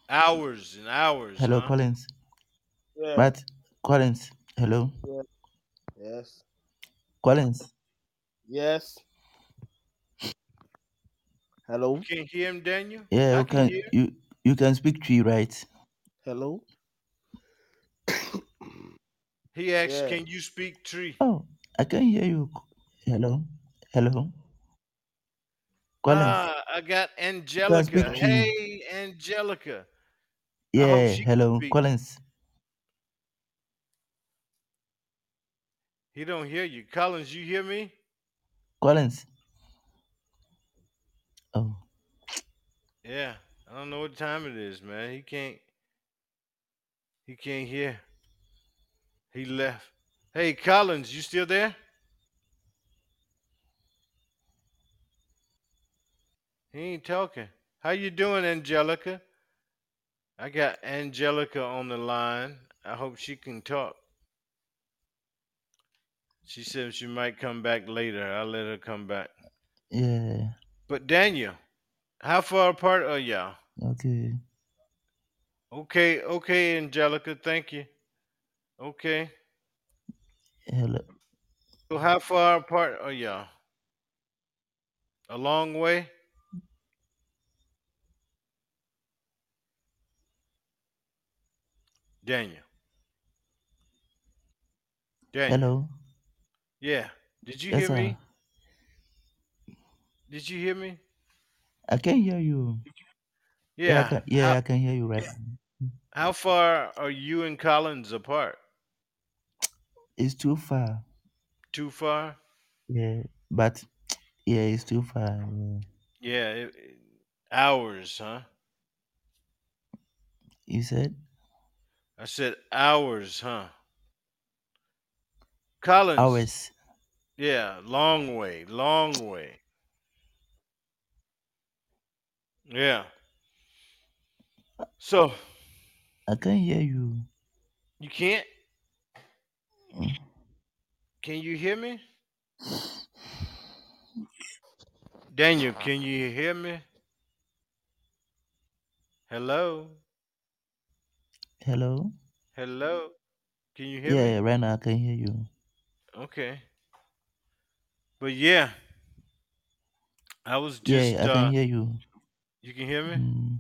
S1: Hours and hours,
S2: Hello,
S1: huh?
S2: Collins.
S3: Yeah.
S2: But Collins. Hello,
S3: Yeah. Yes.
S2: Collins.
S3: Yes.
S1: You
S3: Hello.
S1: can't hear him, Daniel?
S2: Yeah,
S1: I
S2: you
S1: can
S2: can
S1: hear. him.
S2: you you can speak tree, right?
S3: Hello.
S1: He asked,
S3: Yeah.
S1: Can you speak tree?
S2: Oh, I can hear you. Hello, hello, Collins.
S1: Ah, I got
S2: You can speak
S1: Angelica.
S2: tree.
S1: Hey, Angelica. I hope
S2: Yeah,
S1: she can
S2: hello,
S1: speak.
S2: Collins.
S1: He don't hear you. Collins, you hear me?
S2: Collins. Oh,
S1: Yeah. I don't know what time it is, man. He can't he can't hear. He left. Hey, Collins, you still there? He ain't talking. How you doing, Angelica? I got Angelica on the line. I hope she can talk. She said she might come back later. I'll let her come back.
S2: yeah.
S1: But Daniel, how far apart are y'all?
S2: Okay.
S1: Okay, okay, Angelica, thank you. Okay.
S2: Hello.
S1: So how far apart are y'all? A long way? Daniel. Daniel.
S2: Hello.
S1: Yeah. Did you
S2: Yes, uh,
S1: hear
S2: sir.
S1: me? Did you hear me?
S2: I can hear you. Yeah, I
S1: Yeah. Ah,
S2: can.
S1: How
S2: Yeah, I can hear you right. now.
S1: how far are you and Collins apart?
S2: It's too far.
S1: Too far?
S2: Yeah, but yeah, it's too far. Yeah.
S1: Yeah, it, it- hours, huh?
S2: You said
S1: I said hours, huh? Collins,
S2: hours.
S1: yeah, long way, long way. Yeah. So
S2: I can hear you.
S1: you can't?
S2: Mm.
S1: Can you hear me? Daniel, can you hear me? Hello?
S2: Hello.
S1: Hello? Can you hear
S2: Yeah,
S1: me?
S2: yeah, right now I can hear you.
S1: Okay. But yeah, I was
S2: Yeah,
S1: just.
S2: yeah, I
S1: uh,
S2: can hear you.
S1: You can hear me.
S2: Mm.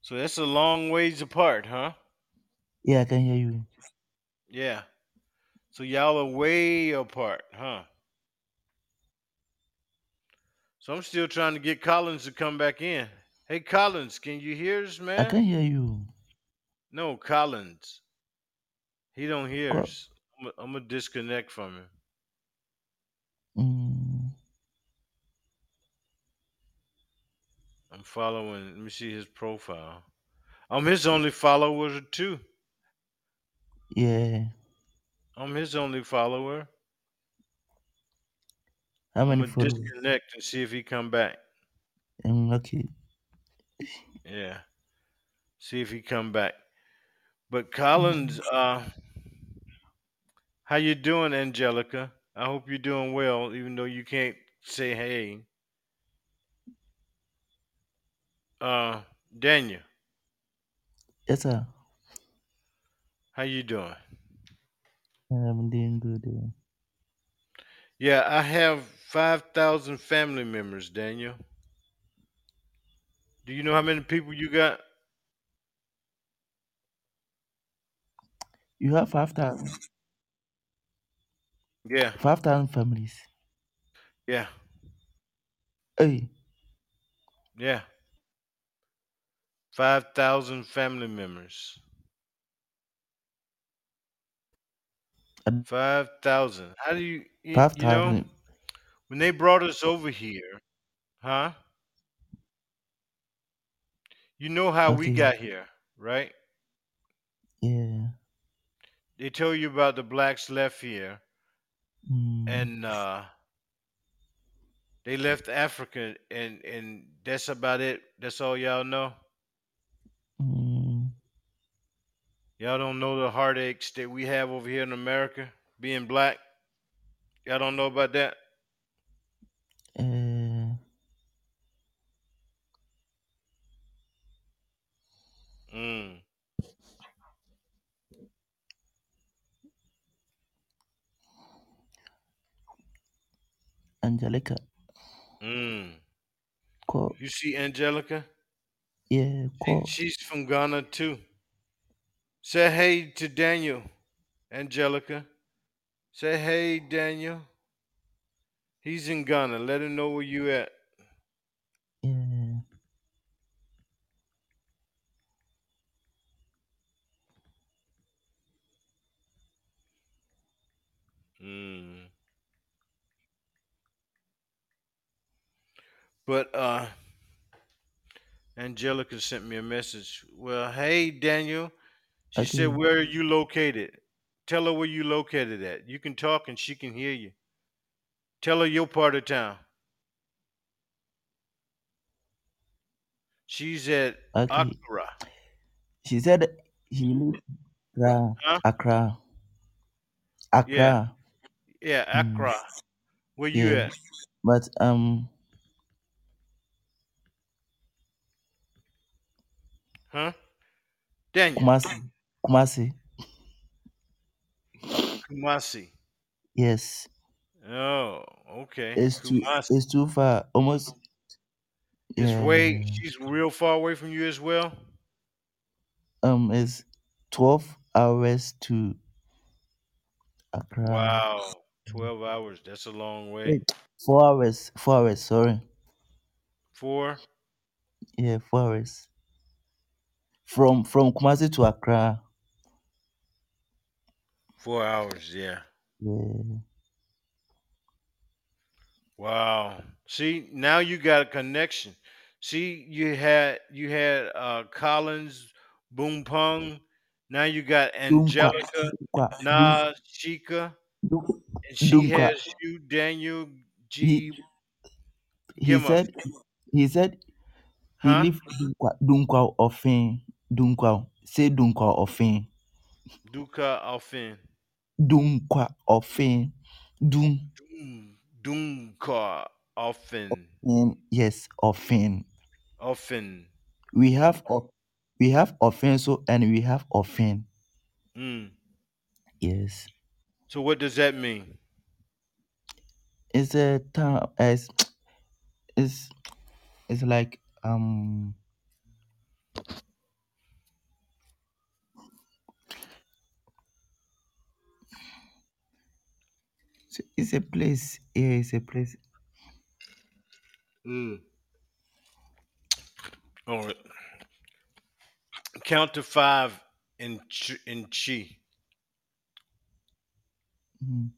S1: So that's a long ways apart, huh?
S2: Yeah, I can hear you.
S1: Yeah. So y'all are way apart, huh? So I'm still trying to get Collins to come back in. Hey, Collins, can you hear us, man?
S2: I can hear you.
S1: No, Collins. He don't hear
S2: Col-
S1: us. I'm gonna disconnect from him.
S2: Mm.
S1: I'm following. Let me see his profile. I'm his only follower too.
S2: Yeah.
S1: I'm his only follower.
S2: How
S1: I'm
S2: many
S1: gonna
S2: followers?
S1: disconnect and see if he come back.
S2: Mm, okay.
S1: Yeah, see if he come back. But Collins, uh, how you doing, Angelica? I hope you're doing well, even though you can't say hey. Uh, Daniel,
S2: Yes, sir.
S1: how you doing?
S2: I'm doing good. yeah.
S1: Yeah, I have five thousand family members, Daniel. Do you know how many people you got?
S2: You have 5,000
S1: Yeah,
S2: 5,000 families.
S1: yeah,
S2: Hey,
S1: yeah. Five thousand family members.
S2: Um,
S1: Five thousand. How do you you you know
S2: 5,000.
S1: when they brought us over here, huh? You know how we
S2: Okay.
S1: got here, right?
S2: Yeah.
S1: They tell you about the blacks left here,
S2: Mm.
S1: and uh, they left Africa, and and that's about it. That's all y'all know.
S2: Mm.
S1: Y'all don't know the heartaches that we have over here in America being black. Y'all don't know about that.
S2: Uh,
S1: Mm.
S2: Angelica.
S1: Mm.
S2: Call.
S1: You see Angelica?
S2: Yeah,
S1: She,
S2: call.
S1: she's from Ghana too. Say hey to Daniel, Angelica. Say hey, Daniel. He's in Ghana. Let him know where you at.
S2: Yeah.
S1: Mm. But uh, Angelica sent me a message. Well, hey, Daniel. She said,
S2: Okay.
S1: Where are you located? Tell her where you located at. You can talk and she can hear you. Tell her your part of town. She's at
S2: Okay.
S1: Accra.
S2: She said she lives Accra.
S1: Huh?
S2: Accra.
S1: Yeah,
S2: Accra.
S1: yeah,
S2: Mm.
S1: Accra. Where you
S2: Yeah.
S1: at?
S2: But um
S1: Huh? Daniel.
S2: Kumasi. Kumasi.
S1: Kumasi.
S2: Yes.
S1: Oh, okay.
S2: It's too
S1: Kumasi.
S2: it's too far. Almost
S1: It's way,
S2: yeah.
S1: she's real far away from you as well.
S2: Um it's twelve hours to Accra.
S1: Wow. 12 hours. That's a long way.
S2: Wait. Four hours. Four hours, sorry.
S1: Four?
S2: Yeah, four hours. From from Kumasi to Accra.
S1: Four hours, yeah.
S2: Yeah.
S1: Wow. See, now you got a connection. See, you had you had uh Collins, Boom Pong. Now you got
S2: Dunkwa.
S1: Angelica,
S2: Dunkwa. Dun-
S1: Nas, Chica,
S2: Dun-
S1: and she
S2: Dunkwa.
S1: has you, Daniel
S2: He
S1: G.
S2: he
S1: Gimma,
S2: said he said he
S1: huh?
S2: lived Dunkwa Dunkwa often. Dunkwa. Say Dunkwa often.
S1: Duka Alfin.
S2: Dunkwa often. Dun
S1: Doom Doomka Alfin.
S2: and yes, often.
S1: Alfin.
S2: We have o- we have offenso and we have offend.
S1: Mm.
S2: Yes.
S1: So what does that mean?
S2: It's a town. It's it's it's like um so it's a place. Yeah, it's a place.
S1: Mm. All right. Count to five in chi, in chi.
S2: Mm.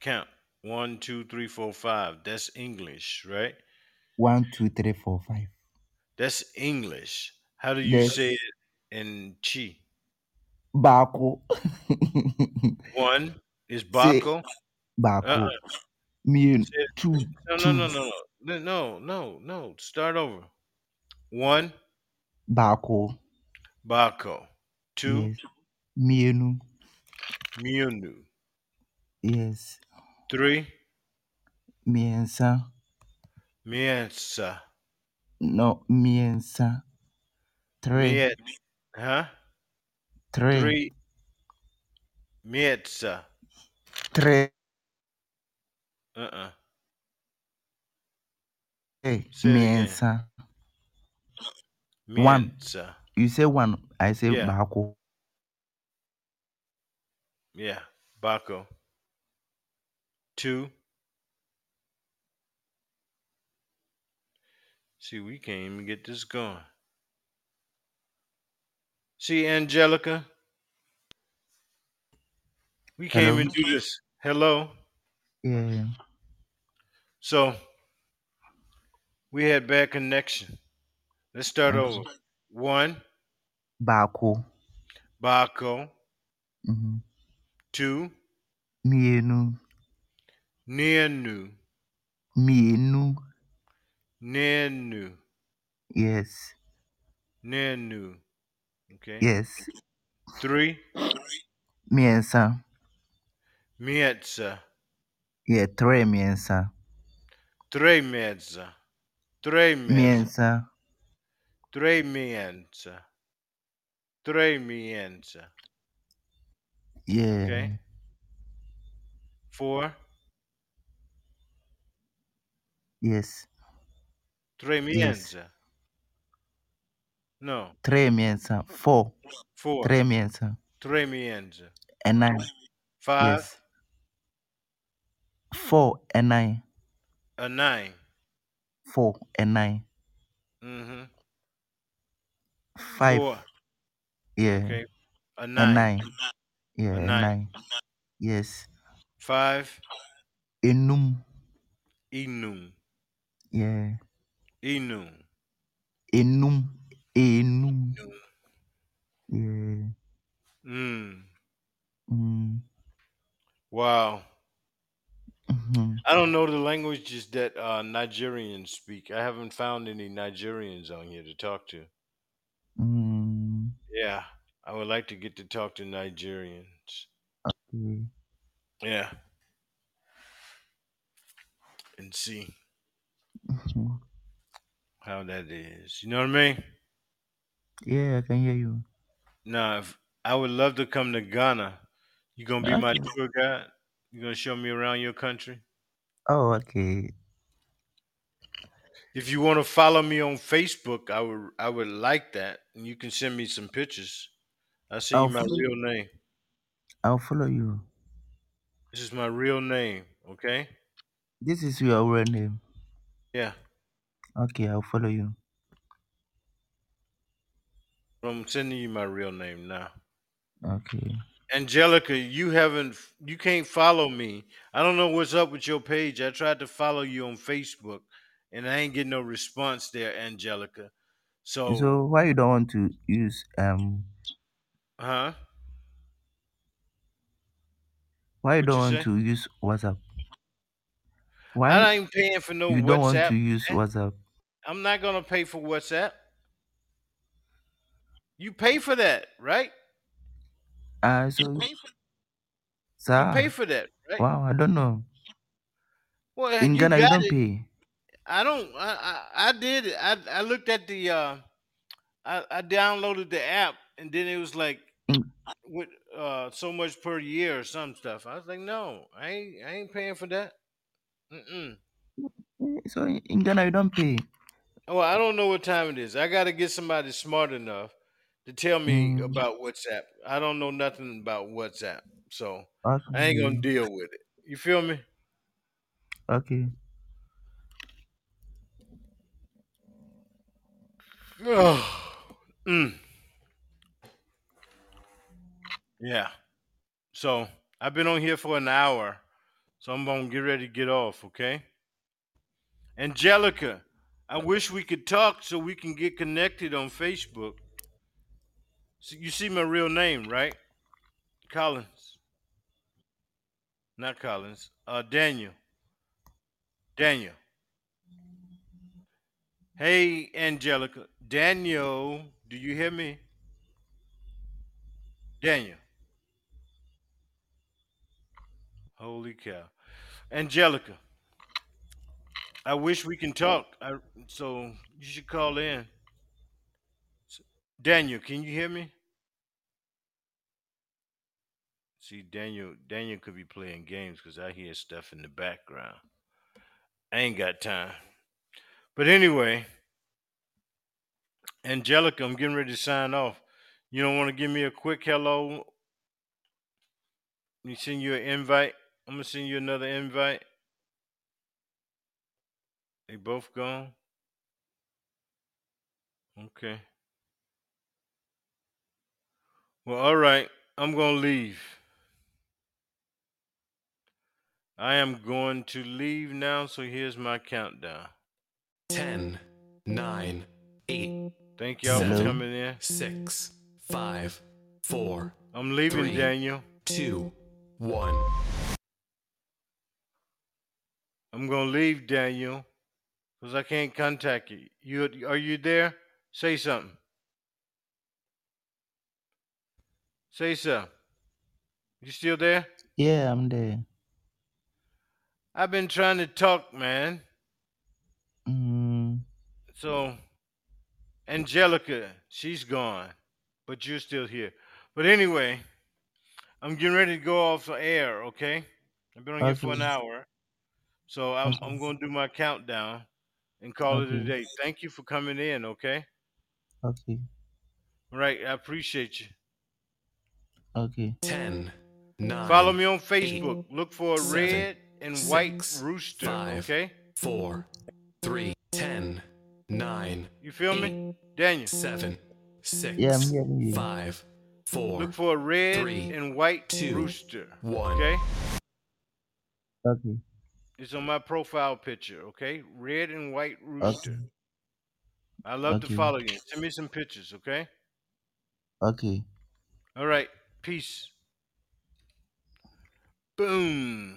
S1: Count one, two, three, four, five. That's English, right?
S2: One, two, three, four, five.
S1: That's English. How do you
S2: Yes.
S1: say it in chi?
S2: Baku.
S1: One is
S2: Say
S1: Baco. Uh-uh.
S2: Baku. Mean
S1: Say-
S2: two
S1: No, no, no,
S2: two
S1: no, no, no, no, no. Start over. One,
S2: Baku.
S1: Baco. Two,
S2: Yes. Mienu.
S1: Miunu.
S2: Yes.
S1: Three,
S2: Miensa.
S1: Miensa.
S2: No Miensa. Three.
S1: Miet, huh?
S2: Three.
S1: Three, Mietza.
S2: Three.
S1: Uh-uh. Say it again.
S2: Miensa. One.
S1: Mienza.
S2: You say one. I say
S1: Yeah,
S2: Baku.
S1: yeah. Baco. Two. See, we can't even get this going. See, Angelica, we can't
S2: Hello.
S1: even do this. Hello.
S2: Yeah.
S1: So we had bad connection. Let's start
S2: Okay.
S1: over. One,
S2: Baku.
S1: Baco.
S2: Mm-hmm.
S1: Two,
S2: Mienu.
S1: Nianu.
S2: Mienu.
S1: Nianu.
S2: Yes.
S1: Nianu. Okay.
S2: Yes.
S1: Three,
S2: Miensa.
S1: Mietza.
S2: Yeah, three miensa.
S1: Tre mezza. Tre mezza.
S2: Miensa.
S1: Tre mienza. Tre mienza. Okay.
S2: Yeah.
S1: Four,
S2: Yes.
S1: tre
S2: Yes.
S1: mienza. No.
S2: Three miensa. Four.
S1: Four,
S2: Three miensa.
S1: tre mienza.
S2: And nine.
S1: Five,
S2: Yes. Four and nine.
S1: a nine.
S2: Four and nine.
S1: Mm-hmm.
S2: Five.
S1: Four.
S2: Yeah.
S1: Okay. A
S2: And
S1: nine.
S2: nine. Yeah.
S1: A
S2: And
S1: nine.
S2: nine. Yes.
S1: Five,
S2: Enum.
S1: inum.
S2: Yeah.
S1: Inum.
S2: Enum.
S1: Inum.
S2: Enum. Yeah.
S1: Mm.
S2: Mm.
S1: Wow.
S2: Mm-hmm.
S1: I don't know the languages that uh, Nigerians speak. I haven't found any Nigerians on here to talk to.
S2: Mm.
S1: Yeah, I would like to get to talk to Nigerians.
S2: Okay.
S1: Yeah, and see
S2: Mhm.
S1: how that is. You know what I mean?
S2: Yeah, I can hear you.
S1: Now, if I would love to come to Ghana. You gonna be my
S2: Okay.
S1: tour guide? You gonna show me around your country?
S2: Oh, okay.
S1: If you want to follow me on Facebook, I would I would like that, and you can send me some pictures. I send you
S2: I'll
S1: my
S2: follow you.
S1: real name.
S2: I'll follow you.
S1: This is my real name. Okay?
S2: This is your real name.
S1: Yeah.
S2: Okay, I'll follow you.
S1: I'm sending you my real name now.
S2: Okay.
S1: Angelica, you haven't, you can't follow me. I don't know what's up with your page. I tried to follow you on Facebook, and I ain't getting no response there, Angelica. So,
S2: So why you don't want to use um
S1: huh?
S2: why you
S1: What
S2: don't
S1: you
S2: want
S1: say?
S2: to use WhatsApp? Why
S1: I ain't paying for no
S2: you don't want
S1: WhatsApp.
S2: to use
S1: man.
S2: WhatsApp?
S1: I'm not gonna pay for WhatsApp. You pay for that, right?
S2: Uh so
S1: You pay
S2: sir.
S1: for that, right?
S2: Wow, I don't know.
S1: Well,
S2: In
S1: you
S2: Ghana you
S1: got
S2: don't
S1: it.
S2: pay.
S1: I don't. I I, I did. it. I I looked at the. uh I, I downloaded the app and then it was like
S2: In
S1: what? uh, so much per year or some stuff. I was like, no, I ain't, I ain't paying for that. Mm-mm.
S2: Eh, So in in Ghana, you don't pay.
S1: Well, I don't know what time it is. I got to get somebody smart enough to tell me
S2: Mm,
S1: about WhatsApp. I don't know nothing about WhatsApp, so
S2: Ah,
S1: I ain't gonna
S2: okay.
S1: deal with it. You feel me?
S2: mm, Okay.
S1: mm, yeah. So I've been on here for an hour, so I'm gonna get ready to get off. Okay. Angelica, I wish we could talk so we can get connected on Facebook. So you see my real name, right? Collins, not Collins. Uh, Daniel. Daniel. Hey, Angelica. Daniel, do you hear me? Daniel. Holy cow. Angelica, I wish we can talk. I, so you should call in. Daniel, can you hear me? See, Daniel, Daniel could be playing games because I hear stuff in the background. I ain't got time. But anyway, Angelica, I'm getting ready to sign off. You don't want to give me a quick hello? You send you an invite. I'm gonna send you another invite. They both gone. Okay. Well, all right. I'm gonna leave. I am going to leave now. So here's my countdown.
S4: 10, 9, 8,
S1: Thank y'all for
S2: Hello.
S4: 7,
S1: coming in.
S4: 6, 5, 4,
S1: I'm leaving,
S4: 3,
S1: Daniel.
S4: 2, 1.
S1: I'm gonna leave, Daniel, because I can't contact you. You are you there? Say something. Say something. You still there?
S2: Yeah, I'm there.
S1: I've been trying to talk, man.
S2: Mm,
S1: So Angelica, she's gone, but you're still here. But anyway, I'm getting ready to go off the air. Okay, I've been on here for an
S2: okay.
S1: hour, so I'm
S2: Okay.
S1: I'm gonna do my countdown and call it a
S2: Okay.
S1: day. Thank you for coming in. Okay,
S2: Okay.
S1: All right. I appreciate you.
S2: Okay.
S4: 10,
S1: Follow
S4: 9,
S1: me on
S4: 8,
S1: Facebook. Look for a
S4: 7,
S1: red and white
S4: 6,
S1: rooster.
S4: 5,
S1: Okay,
S4: 4, 3, 10, 9,
S1: you feel me,
S4: 8,
S1: Daniel?
S4: 7,
S2: Yeah, I'm
S4: 6,
S2: hearing you.
S4: 5,
S1: Look
S4: 4,
S1: for a red
S4: 3,
S1: and white
S4: 2,
S1: rooster.
S4: 1.
S1: Okay.
S2: Okay.
S1: It's on my profile picture, okay? Red and white
S2: Okay.
S1: rooster. I love to
S2: Okay.
S1: follow you. Send me some pictures, okay?
S2: Okay.
S1: All right. Peace. Boom.